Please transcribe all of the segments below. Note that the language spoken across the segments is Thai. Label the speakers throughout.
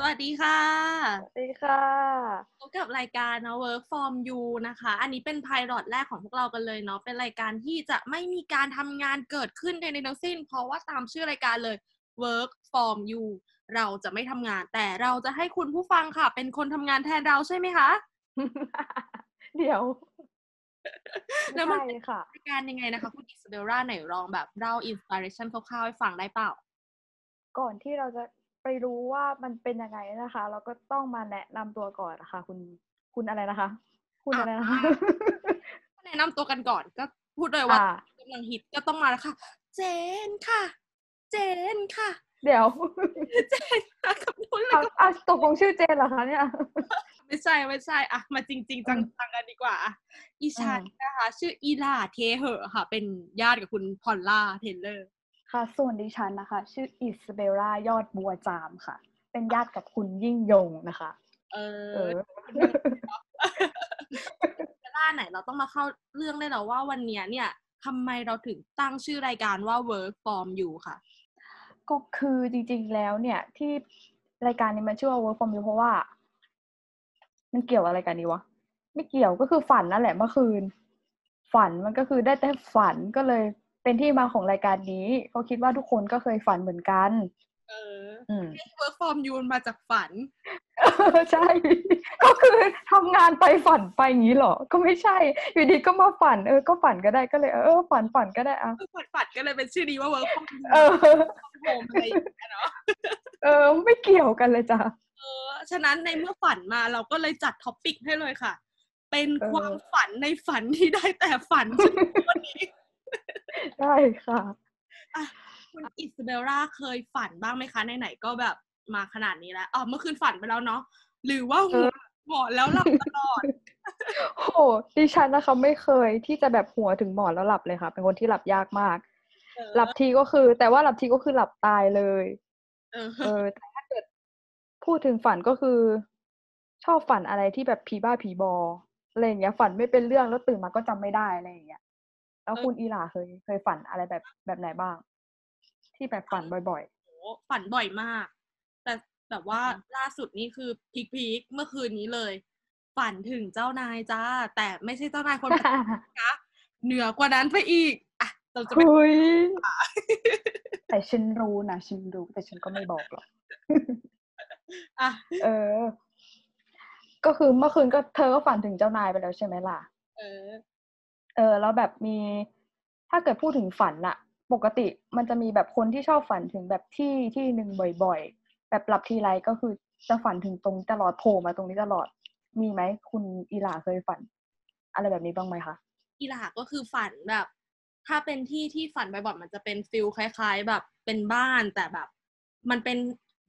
Speaker 1: สวัสดีค่ะ
Speaker 2: สวัสดีค่ะ
Speaker 1: พบกับรายการเนาะ Work from You นะคะ อันนี้เป็นไพลอตแรกของพวกเรากันเลยเนาะ เป็นรายการที่จะไม่มีการทำงานเกิดขึ้นใดในทั้งสิ้น เพราะว่าตามชื่อรายการเลย Work from You เราจะไม่ทำงาน แต่เราจะให้คุณผู้ฟังค่ะ เป็นคนทำงานแทนเราใช่ไหมคะ
Speaker 2: เดี๋ยว
Speaker 1: แล้วมัน
Speaker 2: ไม่ใช่ค่ะ
Speaker 1: รายการยังไงนะคะคุณอิสเบลล่าไหนลองแบบเล่าอินสปิเรชันคร่าวๆให้ฟังได้เปล่า
Speaker 2: ก่อนที่เราจะไปรู้ว่ามันเป็นยังไงนะคะ เราก็ต้องมาแนะนำตัวก่อนนะคะ คุณคุณอะไรนะคะ คุณอะไรนะคะ
Speaker 1: แนะนำตัวกันก่อนก็พูดเลยว่า
Speaker 2: อ่า
Speaker 1: กำลังฮิตก็ต้องมาแล้วค่ะ เจนค่ะ เจนค่ะ
Speaker 2: เดี๋ยว
Speaker 1: เจนค่ะกับคุณเลย
Speaker 2: เอา
Speaker 1: ก็
Speaker 2: อ่ะตกลงชื่อเจนเหรอคะเนี่ย
Speaker 1: ไม่ใช่ไม่ใช่อ่ะมาจริงจริงจังจังกันดีกว่าอ่ะอีชัน
Speaker 2: อืม
Speaker 1: นะคะ ชื่ออีลาเทเหอะค่ะ เป็นญาติกับคุณพอลล่าเทเลอร์
Speaker 2: ค่ะ ส่วนดิฉันนะคะ ชื่ออิสเบลล่ายอดบัวจามค่ะ เป็นญาติกับคุณยิ่งยงนะคะ
Speaker 1: เอ
Speaker 2: เอ
Speaker 1: อเ
Speaker 2: อ
Speaker 1: บลล่าไหนเราต้องมาเข้าเรื่องได้แล้วว่าวันเนี้ยเนี่ยทำไมเราถึงตั้งชื่อรายการว่า work form อยู่ค่ะ
Speaker 2: ก็คือจริงๆ แล้วเนี่ยที่รายการนี้มันชื่อว่า work from you เพราะว่า มันเกี่ยวอะไรกันนี่วะ ไม่เกี่ยวก็คือฝันนั่นแหละเมื่อคืน ฝันมันก็คือได้แต่ฝันก็เลยเป็นที่มาของรายการนี้เขาะคิดว่าทุกคนก็เคยฝันเหมือนกัน
Speaker 1: เออ
Speaker 2: อืม
Speaker 1: work form ยูนมาจากฝัน
Speaker 2: ใช่ ก็คือทำงานไปฝันไปอย่างนี้เหรอ ก็ไม่ใช่ อยู่ดีก็มาฝัน เออ ก็ฝันก็ได้ก็เลยเออเออฝันฝันก็ได้อะ
Speaker 1: ฝัดฝัดก็เลยเป็นชื่อดีว่า work from
Speaker 2: เอ
Speaker 1: home
Speaker 2: อ
Speaker 1: home อะไรอย่างเงี้ยเนาะ
Speaker 2: เออ ไม่เกี่ยวกันเลยจ้ะ
Speaker 1: เออฉะนั้นในเมื่อฝันมาเราก็เลยจัดท็อปิกให้เลยค่ะ เป็น
Speaker 2: เออ
Speaker 1: ความฝันในฝันที่ได้แต่ฝันชื่อวันนี้
Speaker 2: ได้ค่ะ
Speaker 1: คุณอิสเบลล่าเคยฝันบ้างไหมคะไหนๆก็แบบมาขนาดนี้แล้วอ๋อเมื่อคืนฝันไปแล้วเนาะหรือว่าหัวหมอนแล้วหลับตลอด
Speaker 2: โอ้โหดิฉันนะคะไม่เคยที่จะแบบหัวถึงหมอนแล้วหลับเลยค่ะ เป็นคนที่หลับยากมาก
Speaker 1: เออ
Speaker 2: หลับทีก็คือ แต่ว่าหลับทีก็คือหลับตายเลย
Speaker 1: เออ
Speaker 2: เออ แต่ถ้าเกิดพูดถึงฝันก็คือ ชอบฝันอะไรที่แบบผีบ้าผีบออะไรอย่างเงี้ย ฝันไม่เป็นเรื่องแล้วตื่นมาก็จำไม่ได้อะไรอย่างเงี้ย แล้ว
Speaker 1: เออ
Speaker 2: คุณอีหลาเคยเคยฝันอะไรแบบแบบไหนบ้าง ที่แบบฝันบ่อย
Speaker 1: โหฝันบ่อยมาก แต่แบบว่าล่าสุดนี่คือพีคพีคๆเมื่อคืนนี้เลย ฝันถึงเจ้านายจ้า แต่ไม่ใช่เจ้านายคนปัจจุบันนะคะ เหนือกว่านั้นไปอีกอ่ะเราจะ
Speaker 2: ๆ
Speaker 1: ไป
Speaker 2: คุยแต่ฉันรู้นะฉันรู้แต่ฉันก็ไม่บอกหรอก
Speaker 1: อ่ะ
Speaker 2: เออ ก็คือเมื่อคืนก็เธอก็ฝันถึงเจ้านายไปแล้วใช่ไหมล่ะ
Speaker 1: เออ
Speaker 2: เออ แล้วแบบมี ถ้าเกิดพูดถึงฝันอะปกติมันจะมีแบบคนที่ชอบฝันถึงแบบที่ที่หนึ่งบ่อยๆ แบบหลับทีไรก็คือจะฝันถึงตรงนี้ตลอดโผล่มาตรงนี้ตลอด มีไหมคุณอีหลาเคยฝัน อะไรแบบนี้บ้างไหมคะ
Speaker 1: อีหลาก็คือฝันแบบ ถ้าเป็นที่ที่ฝันบ่อยๆมันจะเป็นฟิลคล้าย ๆ แบบเป็นบ้านแต่แบบ มันเป็น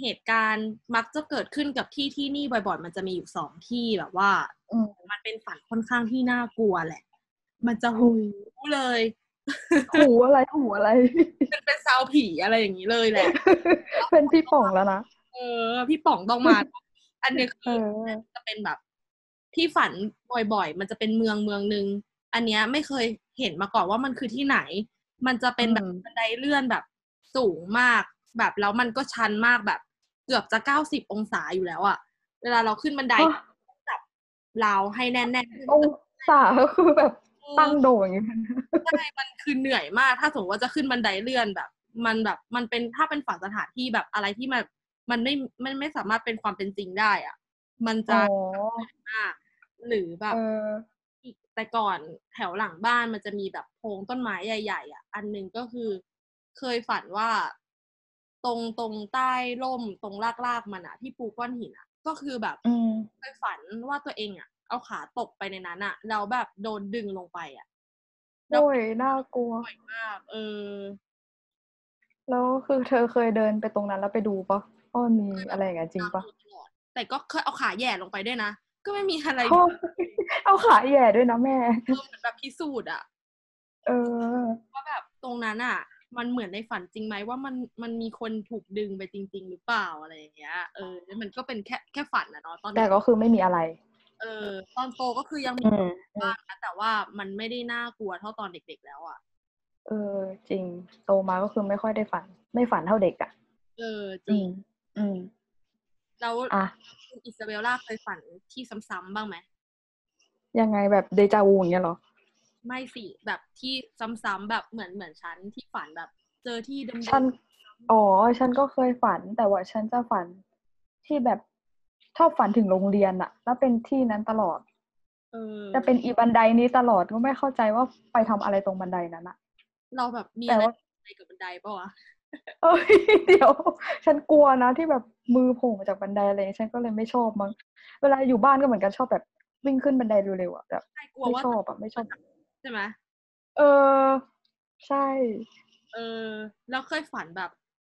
Speaker 1: เหตุการณ์มักจะเกิดขึ้นกับที่ที่นี่บ่อยๆ มันจะมีอยู่สองที่แบบว่า
Speaker 2: อืม
Speaker 1: มันเป็นฝันค่อนข้างที่น่ากลัวแหละ มันจะหู
Speaker 2: หู
Speaker 1: เลย
Speaker 2: หูอะไรหูอะไร
Speaker 1: เป็นเป็นซาวผีอะไรอย่างนี้เลยแหละ
Speaker 2: เป็นพี่ป่องแล้วนะ
Speaker 1: เออ พี่ป๋องต้องมา อันเนี้ย
Speaker 2: เอ
Speaker 1: คือ
Speaker 2: อ
Speaker 1: จะเป็นแบบ ที่ฝันบ่อยๆ มันจะเป็นเมืองเมืองหนึ่งอันเนี้ยไม่เคยเห็นมาก่อนว่ามันคือที่ไหน มันจะเป็นแบบ
Speaker 2: อืม
Speaker 1: บันไดเลื่อนแบบสูงมาก แบบแล้วมันก็ชันมากแบบ เกือบจะเก้าสิบองศาอยู่แล้วอะเวลาเราขึ้นบันได
Speaker 2: อ๋อ
Speaker 1: จับราวให้แน่นๆขึ้น
Speaker 2: องศาก็คือแบบตั้งโด่งอย่างนี้
Speaker 1: ใช่มันคือเหนื่อยมาก ถ้าสมมติว่าจะขึ้นบันไดเลื่อนแบบ มันแบบมันเป็นถ้าเป็นฝันสถานที่แบบอะไรที่มันมันไม่มันไม่สามารถเป็นความเป็นจริงได้อะมันจะ
Speaker 2: อ๋อ
Speaker 1: มากหรือแบบ
Speaker 2: เออ
Speaker 1: อีกแต่ก่อนแถวหลังบ้านมันจะมีแบบโพรงต้นไม้ใหญ่ ๆ อ่ะ อันหนึ่งก็คือ เคยฝันว่า ตรงตรงใต้ร่มตรงรากๆมันอ่ะ ที่ปูก้อนหินอ่ะ ก็คือแบบ
Speaker 2: อืม
Speaker 1: เคยฝันว่าตัวเองอ่ะ เอาขาตกไปในนั้นอ่ะเราแบบโดนดึงลงไปอ่ะ
Speaker 2: โอ้ยน่ากลัว
Speaker 1: บ่อยมาก เออ
Speaker 2: แล้วคือเธอเคยเดินไปตรงนั้นแล้วไปดูปะอ้อมีอะไรอย่างเงี้ยจริงปะ
Speaker 1: ตามดูตลอดแต่ก็เคยเอาขาแหย่ลงไปด้วยนะ ก็ไม่มีอะไร
Speaker 2: โอ้ยเอาขาแหย่ด้วยนะแม่
Speaker 1: เออเหมือนแบบพิสูจน์อ่ะ
Speaker 2: เออ
Speaker 1: ว่าแบบตรงนั้นอ่ะ มันเหมือนในฝันจริงไหมว่ามันมันมีคนถูกดึงไปจริง ๆ หรือเปล่าอะไรอย่างเงี้ยเออแล้วมันก็เป็นแค่แค่ฝันนะเนาะตอน
Speaker 2: แต่ก็คือไม่มีอะไร
Speaker 1: เออ ตอนโตก็คือยังมี
Speaker 2: อืม
Speaker 1: บ้างนะแต่ว่ามันไม่ได้น่ากลัวเท่าตอนเด็ก ๆ แล้วอ่ะ
Speaker 2: เออ จริง โตมาก็คือไม่ค่อยได้ฝัน ไม่ฝันเท่าเด็กอะ่ะ
Speaker 1: เออจ
Speaker 2: อื
Speaker 1: ริง
Speaker 2: ม อืม
Speaker 1: แล้ว
Speaker 2: อ่ะ
Speaker 1: คุณอิสซาเบลล่าเคยฝันที่ซ้ำๆบ้างไหม
Speaker 2: ยังไงแบบเดจาวูอย่างเงี้ยเหรอ
Speaker 1: ไม่สิแบบที่ซ้ำๆแบบเหมือนเหมือนฉันที่ฝันแบบ เจอที่เดิมๆ
Speaker 2: ฉัน อ๋อ ฉันก็เคยฝัน แต่ว่าฉันจะฝันที่แบบชอบฝันถึงโรงเรียนอะแล้วเป็นที่นั้นตลอด
Speaker 1: เออ
Speaker 2: จะเป็นอีบันไดนี้ตลอดก็ไม่เข้าใจว่าไปทำอะไรตรงบันไดนั้นอะ
Speaker 1: เราแบบมี
Speaker 2: แต่
Speaker 1: อะไร
Speaker 2: ว่า
Speaker 1: อะไรกับบันไดปะวะ
Speaker 2: เอ้ย เดี๋ยว ฉันกลัวนะที่แบบมือโผล่มาจากบันไดอะไรอย่างเงี้ยฉันก็เลยไม่ชอบมั้งเวลาอยู่บ้านก็เหมือนกันชอบแบบวิ่งขึ้นบันไดเร็วๆอะแบบ
Speaker 1: ใช่กลัว
Speaker 2: ไม่
Speaker 1: ว่า
Speaker 2: ชอบอะไม่ชอบ
Speaker 1: ใช่ไหม
Speaker 2: เออ ใช่
Speaker 1: เออเราเคยฝันแบบ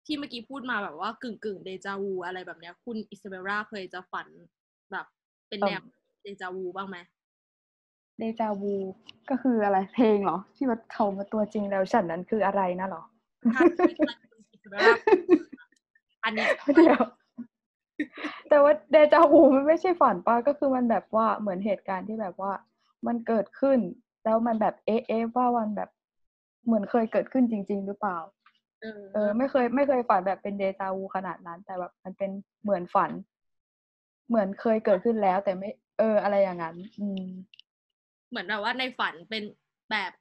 Speaker 1: ที่เมื่อกี้พูดมาแบบว่ากึ่งกึ่งเดจาวูอะไรแบบเนี้ย คุณอิสซาเบลล่าเคยจะฝันแบบเป็นแนวเดจาวูบ้างไหม
Speaker 2: เดจาวูก็คืออะไรเพลงเหรอ ที่ว่าเขามาตัวจริงแล้วฉันนั้นคืออะไรนะเหรอ
Speaker 1: ถ้าไม่ใช่คุณอิสซาเบลล่าอันเนี้ย
Speaker 2: เดี๋ยว แต่ว่าเดจาวูมันไม่ใช่ฝันป่ะก็คือมันแบบว่าเหมือนเหตุการณ์ที่แบบว่า มันเกิดขึ้น แล้วมันแบบเอ๊ะเอ๊ะว่ามันแบบเหมือนเคยเกิดขึ้นจริง ๆ หรือเปล่า
Speaker 1: เออ
Speaker 2: เออ ไม่เคย ไม่เคยฝันแบบเป็นเดจาวูขนาดนั้น แต่แบบมันเป็นเหมือนฝัน เหมือนเคยเกิดขึ้นแล้ว แต่ไม่ เออ อะไรอย่างนั้น อืม
Speaker 1: เหมือนแบบว่าในฝันเป็นแบบ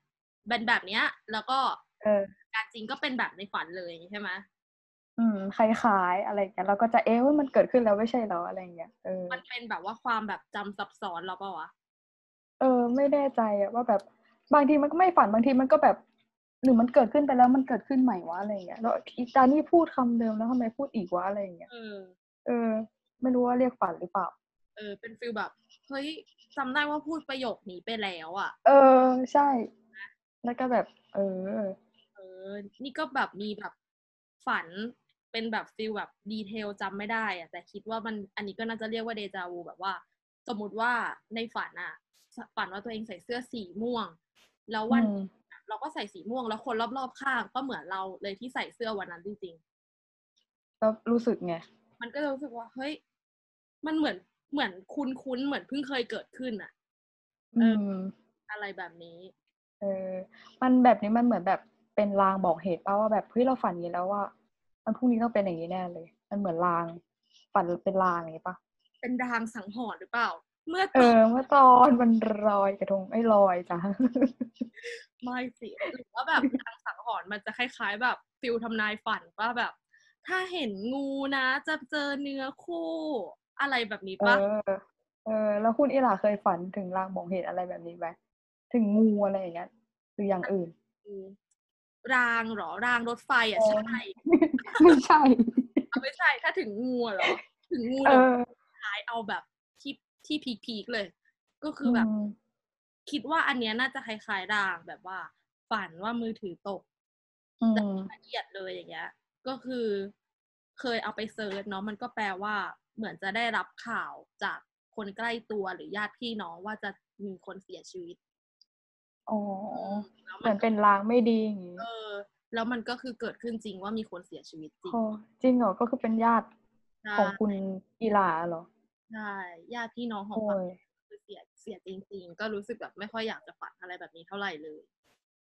Speaker 1: เป็นแบบเนี้ย แล้วก็
Speaker 2: เออ
Speaker 1: การจริงก็เป็นแบบในฝันเลยอย่างงี้ใช่ไหม
Speaker 2: อืมคล้ายๆอะไรอย่างเงี้ยเราก็จะเอ๊ะว่ามันเกิดขึ้นแล้วไม่ใช่เหรออะไรอย่างเงี้ยเออ
Speaker 1: มันเป็นแบบว่าความแบบจำซับซ้อนเราเปล่าวะ
Speaker 2: เออไม่แน่ใจอะว่าแบบบางทีมันก็ไม่ฝันบางทีมันก็แบบ หรือมันเกิดขึ้นไปแล้วมันเกิดขึ้นใหม่วะอะไรอย่างเงี้ยแล้วอีตานี่พูดคำเดิมแล้วทำไมพูดอีกวะอะไรอย่างเงี้ย
Speaker 1: เออ
Speaker 2: เออ ไม่รู้ว่าเรียกฝันหรือเปล่า
Speaker 1: เออ เป็นฟิลแบบ เฮ้ยจำได้ว่าพูดประโยคนี้ไปแล้วอะ่ะ
Speaker 2: เออใช่ แล้วก็แบบ เออ
Speaker 1: เออ นี่ก็แบบมีแบบฝันเป็นแบบฟิลแบบดีเทลจำไม่ได้อะแต่คิดว่ามันอันนี้ก็น่าจะเรียกว่าเดจาวูแบบว่า สมมติว่าในฝันอะ่ะ ฝันว่าตัวเองใส่เสื้อสีม่วง แล้ววัน
Speaker 2: อืม
Speaker 1: อะเราก็ใส่สีม่วง แล้วคนรอบๆข้างก็เหมือนเราเลยที่ใส่เสื้อวันนั้นจริงๆ
Speaker 2: แล้วรู้สึกไง
Speaker 1: มันก็จะรู้สึกว่าเฮ้ย มันเหมือนเหมือนคุ้นคุ้นๆเหมือนเพิ่งเคยเกิดขึ้นอะ
Speaker 2: อืม
Speaker 1: อะไรแบบนี้
Speaker 2: เออ มันแบบนี้มันเหมือนแบบเป็นลางบอกเหตุป่าว่าแบบเฮ้ยเราฝันอย่างนี้แล้วว่ามันพรุ่งนี้ต้องเป็นอย่างนี้แน่เลย มันเหมือนลาง ฝันเป็นลางอย่างนี้ป่ะ
Speaker 1: เป็นรางสังหรณ์หรือเปล่า เมื่อ
Speaker 2: เออเมื่อตอนมันลอยกระทงไอ้ยลอย จ้ะ
Speaker 1: ไม่สิหรือว่าแบบ รางสังหรณ์มันจะคล้ายๆ แบบฟิลทำนายฝันว่าแบบ ถ้าเห็นงูนะ จะเจอเนื้อคู่ อะไรแบบนี้
Speaker 2: เอ
Speaker 1: ปะ
Speaker 2: อ เออ แล้วคุณอีหล่าเคยฝันถึงลางบอกเหตุอะไรแบบนี้ไหมถึงงูอะไรอย่างเงี้ยหรืออย่างอื่น
Speaker 1: มรางเหรอรางรถไฟอ่ะ
Speaker 2: เออ
Speaker 1: ใช่
Speaker 2: ไม่ใช่
Speaker 1: เอาไม่ใช่ ถ้าถึงงูอะเหรอ ถึงงู
Speaker 2: เอ
Speaker 1: เดี๋ยว
Speaker 2: อ
Speaker 1: ท้ายเอาแบบที่ที่พีคๆเลย ก็คือ
Speaker 2: อื
Speaker 1: แบบ
Speaker 2: ม
Speaker 1: คิดว่าอันเนี้ยน่าจะคล้ายๆด่างแบบว่า ฝันว่ามือถือตก
Speaker 2: อืม
Speaker 1: ละเอียดเลยอย่างเงี้ย ก็คือ เคยเอาไปเซิร์ชเนาะมันก็แปลว่าเหมือนจะได้รับข่าวจากคนใกล้ตัวหรือญาติพี่น้องว่าจะมีคนเสียชีวิต
Speaker 2: อ๋อ
Speaker 1: แล้ว
Speaker 2: เห
Speaker 1: มั
Speaker 2: มือน นเป็นลางไม่ดีอย่างงี้
Speaker 1: เออ แล้วมันก็คือเกิดขึ้นจริงว่ามีคนเสียชีวิตจริง
Speaker 2: โอ้จริงเหรอก็คือเป็นญาติ
Speaker 1: ใช่
Speaker 2: ของคุณอีหล่าเหรอ
Speaker 1: ใช่ญาติพี่น้องของ
Speaker 2: โอ้
Speaker 1: ฝั่ง
Speaker 2: ย
Speaker 1: คือเสียเสียจริง ๆ ก็รู้สึกแบบไม่ค่อยอยากจะฝันอะไรแบบนี้เท่าไหร่เลย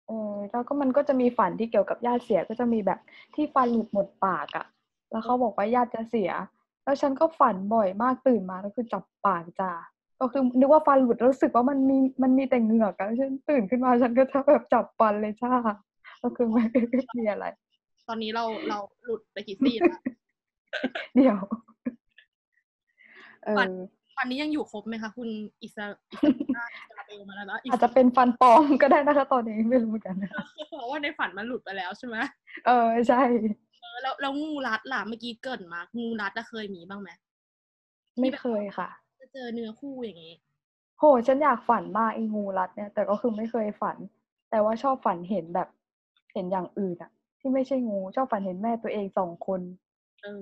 Speaker 2: เออแล้วก็มันก็จะมีฝันที่เกี่ยวกับญาติเสียก็จะมีแบบที่ฟันหลุดหมดปากอะแล้วเขาบอกว่าญาติจะเสีย แล้วฉันก็ฝันบ่อยมากตื่นมาก็คือจับปากจ้า ก็คือนึกว่าฟันหลุดแล้วรู้สึกว่ามันมีมันมีแต่เหงือกอะฉันตื่นขึ้นมาฉันก็จะแบบจับฟันเลยจ้าก็คือมัน มีอะไร
Speaker 1: ตอนนี้เราเราหลุดไปกี่ซี่แล้ว
Speaker 2: เดี๋ยวเอ
Speaker 1: ฟัน
Speaker 2: อ
Speaker 1: ตอนนี้ยังอยู่ครบไหมคะคุณอิสราอิสราเอลมาแล้วเนาะอิ
Speaker 2: อาจ
Speaker 1: สรา
Speaker 2: จะเป็นฟันปลอมก็ได้นะคะ ตอนนี้ไม่รู้เหมือนกัน
Speaker 1: เพราะว่าในฝันมันหลุดไปแล้วใช่ไหม
Speaker 2: เออใช่
Speaker 1: เออแล้วแล้วงูรัดล่ะเมื่อกี้เกรินมางูรัดจะเคยมีบ้างไหม
Speaker 2: ไม่เคยค่ะ
Speaker 1: จะเจอเนื้อคู่อย่างงี้
Speaker 2: โห ฉันอยากฝันมากไอ้งูรัดเนี่ย แต่ก็คือไม่เคยฝัน แต่ว่าชอบฝันเห็นแบบเห็นอย่างอื่นอะที่ไม่ใช่งูชอบฝันเห็นแม่ตัวเองสองคน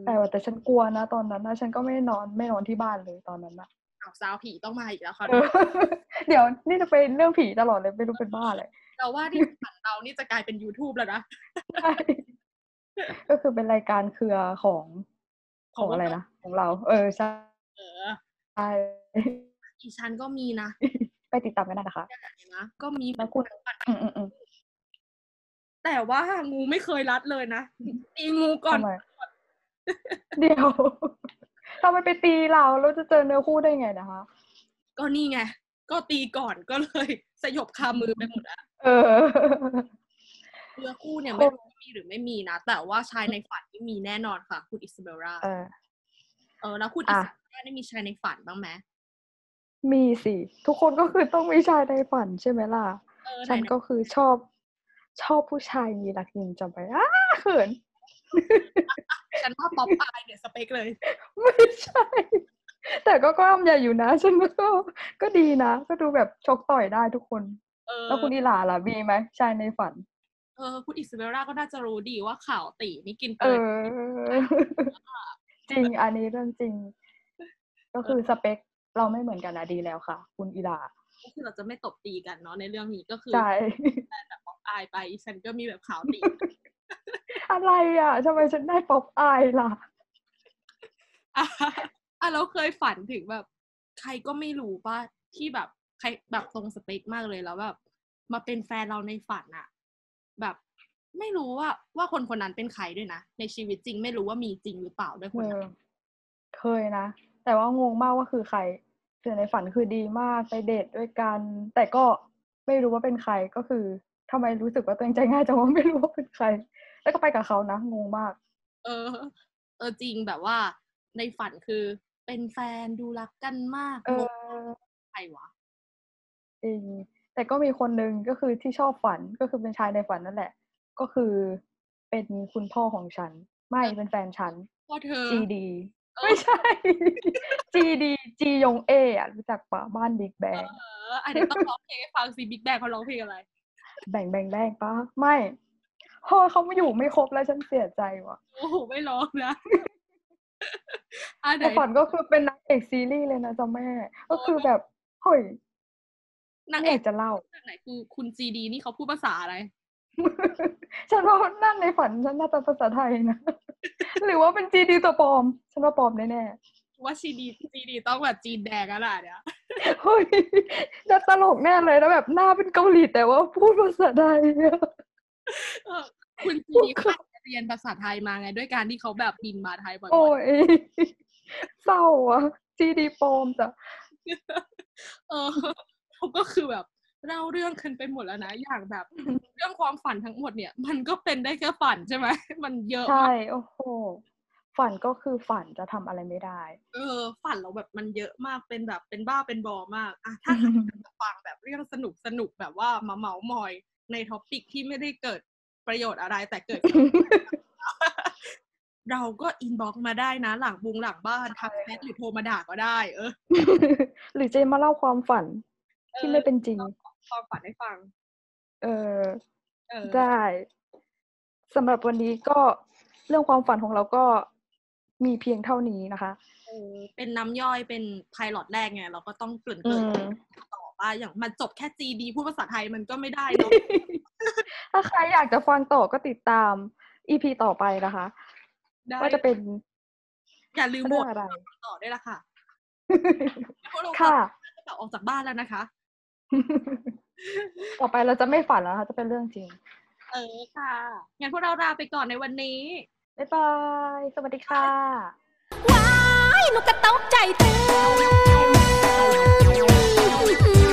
Speaker 1: เออ
Speaker 2: แต่ว่าแต่ฉันกลัวนะ ตอนนั้นนะฉันก็ไม่นอนไม่นอนที่บ้านเลยตอนนั้นอะ
Speaker 1: ข่าวสาวผีต้องมาอีกแล้วค่ะ
Speaker 2: เออ เดี๋ยวนี่จะเป็นเรื่องผีตลอดเลยไม่รู้ เป็นบ้าเลย
Speaker 1: เราว่าที่ฝันเรานี่จะกลายเป็น YouTube แล้วนะ
Speaker 2: ใช่ก็คือเป็นรายการเครือของของอะไรนะของเรา เออใช่
Speaker 1: เออ
Speaker 2: ใช่
Speaker 1: อีชันก็มีนะ
Speaker 2: ไปติดตามกันได้นะคะ
Speaker 1: เห็นไหมก็มี
Speaker 2: แล้วคุณ อืมอืมอืม
Speaker 1: แต่ว่างูไม่เคยรัดเลยนะ ตีงูก่อน
Speaker 2: ทำไมเดี๋ยว ทำไมไปตีเราแล้วจะเจอเนื้อคู่ได้ไงนะคะ
Speaker 1: ก็นี่ไง ก็ตีก่อนก็เลยสยบคามือไปหมดอะ
Speaker 2: เออ
Speaker 1: เนื้อคู่เนี่ย
Speaker 2: โอ้
Speaker 1: ไม่รู้ว่ามีหรือไม่มีนะ แต่ว่าชายในฝันนี่มีแน่นอนค่ะ คุณอิสเบลรา
Speaker 2: เออ
Speaker 1: เออแล้วคุณอิ
Speaker 2: อ่ะ
Speaker 1: สเบลราได้มีชายในฝันบ้างไหม
Speaker 2: มีสิ ทุกคนก็คือต้องมีชายในฝันใช่ไหมล่ะ
Speaker 1: เออไห
Speaker 2: ฉัน
Speaker 1: นๆ
Speaker 2: ก็คือชอบชอบผู้ชายมีหลักยิงจำไปอ้าเขิน
Speaker 1: ฉันว่าป๊อปอายเนี่ยสเปคเลย
Speaker 2: ไม่ใช่ แต่ก็กล้ามใหญ่อยู่นะ ฉันว่าก็ก็ดีนะ ก็ดูแบบชกต่อยได้ทุกคน
Speaker 1: เออ
Speaker 2: แล้วคุณอีหลาล่ะมีไหมชายในฝัน
Speaker 1: เออคุณอิสเบลราก็น่าจะรู้ดีว่าข่าวตีนี่กิน
Speaker 2: เอ
Speaker 1: เกิน
Speaker 2: อ จริงอันนี้เรื่องจริง ก็คือสเปคเราไม่เหมือนกันนะดีแล้วค่ะ คุณอีหลา
Speaker 1: ก็คือเราจะไม่ตบตีกันเนาะในเรื่องนี้ก็คือ
Speaker 2: ใช่
Speaker 1: แบบป๊อปอายไปอีฉันก็มีแบบข่าวตี
Speaker 2: อะไรอ่ะทำไมฉันได้ป๊อปอายล่ะ
Speaker 1: อ่ะอ่ะเราเคยฝันถึงแบบ ใครก็ไม่รู้ป่ะที่แบบใครแบบตรงสเปคมากเลยแล้วแบบมาเป็นแฟนเราในฝันอะแบบไม่รู้ว่าว่าคนคนนั้นเป็นใครด้วยนะ ในชีวิตจริงไม่รู้ว่ามีจริงหรือเปล่าด้วยค
Speaker 2: เอน
Speaker 1: นั้
Speaker 2: อน เคยนะ แต่ว่างงมากว่าคือใครแต่ในฝันคือดีมากไปเดทด้วยกัน แต่ก็ไม่รู้ว่าเป็นใครก็คือทำไมรู้สึกว่าตัวเองใจง่ายจังว่าไม่รู้ว่าเป็นใคร แล้วก็ไปกับเขานะงงมาก
Speaker 1: เออ เออจริงแบบว่า ในฝันคือเป็นแฟนดูรักกันมาก
Speaker 2: เออ
Speaker 1: ใครวะ
Speaker 2: จริงแต่ก็มีคนหนึ่งก็คือที่ชอบฝันก็คือเป็นชายในฝันนั่นแหละ ก็คือเป็นคุณพ่อของฉัน ไม่เป็นแฟนฉัน
Speaker 1: พ่อเธอ
Speaker 2: GD
Speaker 1: เออ
Speaker 2: ไม่ใช่ GD จียงเออ่ะรู้จักปะบ้านบิ๊กแบง
Speaker 1: เอออันนี้ต้องร้องเพลงให้ฟังสิบิ๊กแบงเขาร้องเพลงอะไร
Speaker 2: แบ่งแบ่งแบ่งปะไม่เฮ้ยเขาไม่อยู่ไม่ครบแล้วฉันเสียใจว่ะ
Speaker 1: โอ้โหไม่ร้องนะ อันไหน
Speaker 2: แต่ฝันก็คือเป็นนางเอกซีรีส์เลยนะจ๊ะแม่ ก็คือแบบเฮ้ย
Speaker 1: นาง
Speaker 2: ไม่
Speaker 1: เอ
Speaker 2: อยาก กจะเล่า
Speaker 1: เรื่องไหนคือคุณจีดีนี่เขาพูดภาษาอะไร
Speaker 2: ฉันว่านั่นในฝันฉันน่าจะภาษาไทยนะ หรือว่าเป็นจีดีตัวปลอม ฉันว่าปลอมแน่
Speaker 1: ว่าจีดีจีดีต้องแบบจีนแดงแล้วล่ะเนี่ย
Speaker 2: ๆเฮ้ยน่าตลกแน่เลยแล้วแบบหน้าเป็นเกาหลีแต่ว่าพูดภาษาไทยอะ
Speaker 1: เออคุณจี ดีก็อาจจะเรียนภาษาไทยมาไง ด้วยการที่เขาแบบบินมาไทยบ่อย
Speaker 2: โอ้ยเศร้าอะจีดีปลอมจ้ะ
Speaker 1: ๆเออ เขาก็คือแบบเล่าเรื่องขึ้นไปหมดแล้วนะ อย่างแบบ เรื่องความฝันทั้งหมดเนี่ย มันก็เป็นได้แค่ฝันใช่ไหม มันเยอะ
Speaker 2: ใช่
Speaker 1: มาก
Speaker 2: โอ้โห ฝันก็คือฝันจะทำอะไรไม่ได้
Speaker 1: เออ ฝันเราแบบมันเยอะมากเป็นแบบเป็นบ้าเป็นบอมากอะถ้า ฟังแบบเรื่องสนุกสนุกๆแบบว่ามาเมามอยในท็อปิกที่ไม่ได้เกิดประโยชน์อะไรแต่ เกิด เราก็อินบ็อกซ์มาได้นะ หลังบุงหลังบ้านทักแชทหรือโทรมาด่าก็ได้ เออ
Speaker 2: หรือเจมาเล่าความฝันที่ไม่เป็นจริง
Speaker 1: ความฝันให้ฟัง
Speaker 2: เออ
Speaker 1: เออ
Speaker 2: ได้สำหรับวันนี้ก็เรื่องความฝันของเราก็มีเพียงเท่านี้นะคะ
Speaker 1: เออเป็นน้ำย่อยเป็นไพลอตแรกไงเราก็ต้องเกริน
Speaker 2: อื
Speaker 1: เกิน
Speaker 2: ม
Speaker 1: ต่อว่าอย่างมันจบแค่จีดีพูดภาษาไทยมันก็ไม่ได้เนอะ
Speaker 2: ถ้าใครอยากจะฟังต่อก็ติดตามอีพีต่อไปนะคะ
Speaker 1: ได้
Speaker 2: ว่าจะเป็น
Speaker 1: อย่าลืมโหว
Speaker 2: เรื่อ
Speaker 1: ต
Speaker 2: งอะไร
Speaker 1: ต่อได้วยละค่ะเพราะเรา
Speaker 2: ค่ะ
Speaker 1: จะแบบออกจากบ้านแล้วนะคะ
Speaker 2: ต่อไปเราจะไม่ฝันแล้วนะคะจะเป็นเรื่องจริง
Speaker 1: เออค่ะ งั้นพวกเราลาไปก่อนในวันนี้
Speaker 2: บ๊ายบาย สวัสดีค่ะ
Speaker 3: ว้าย หนูกระตกใจเต้น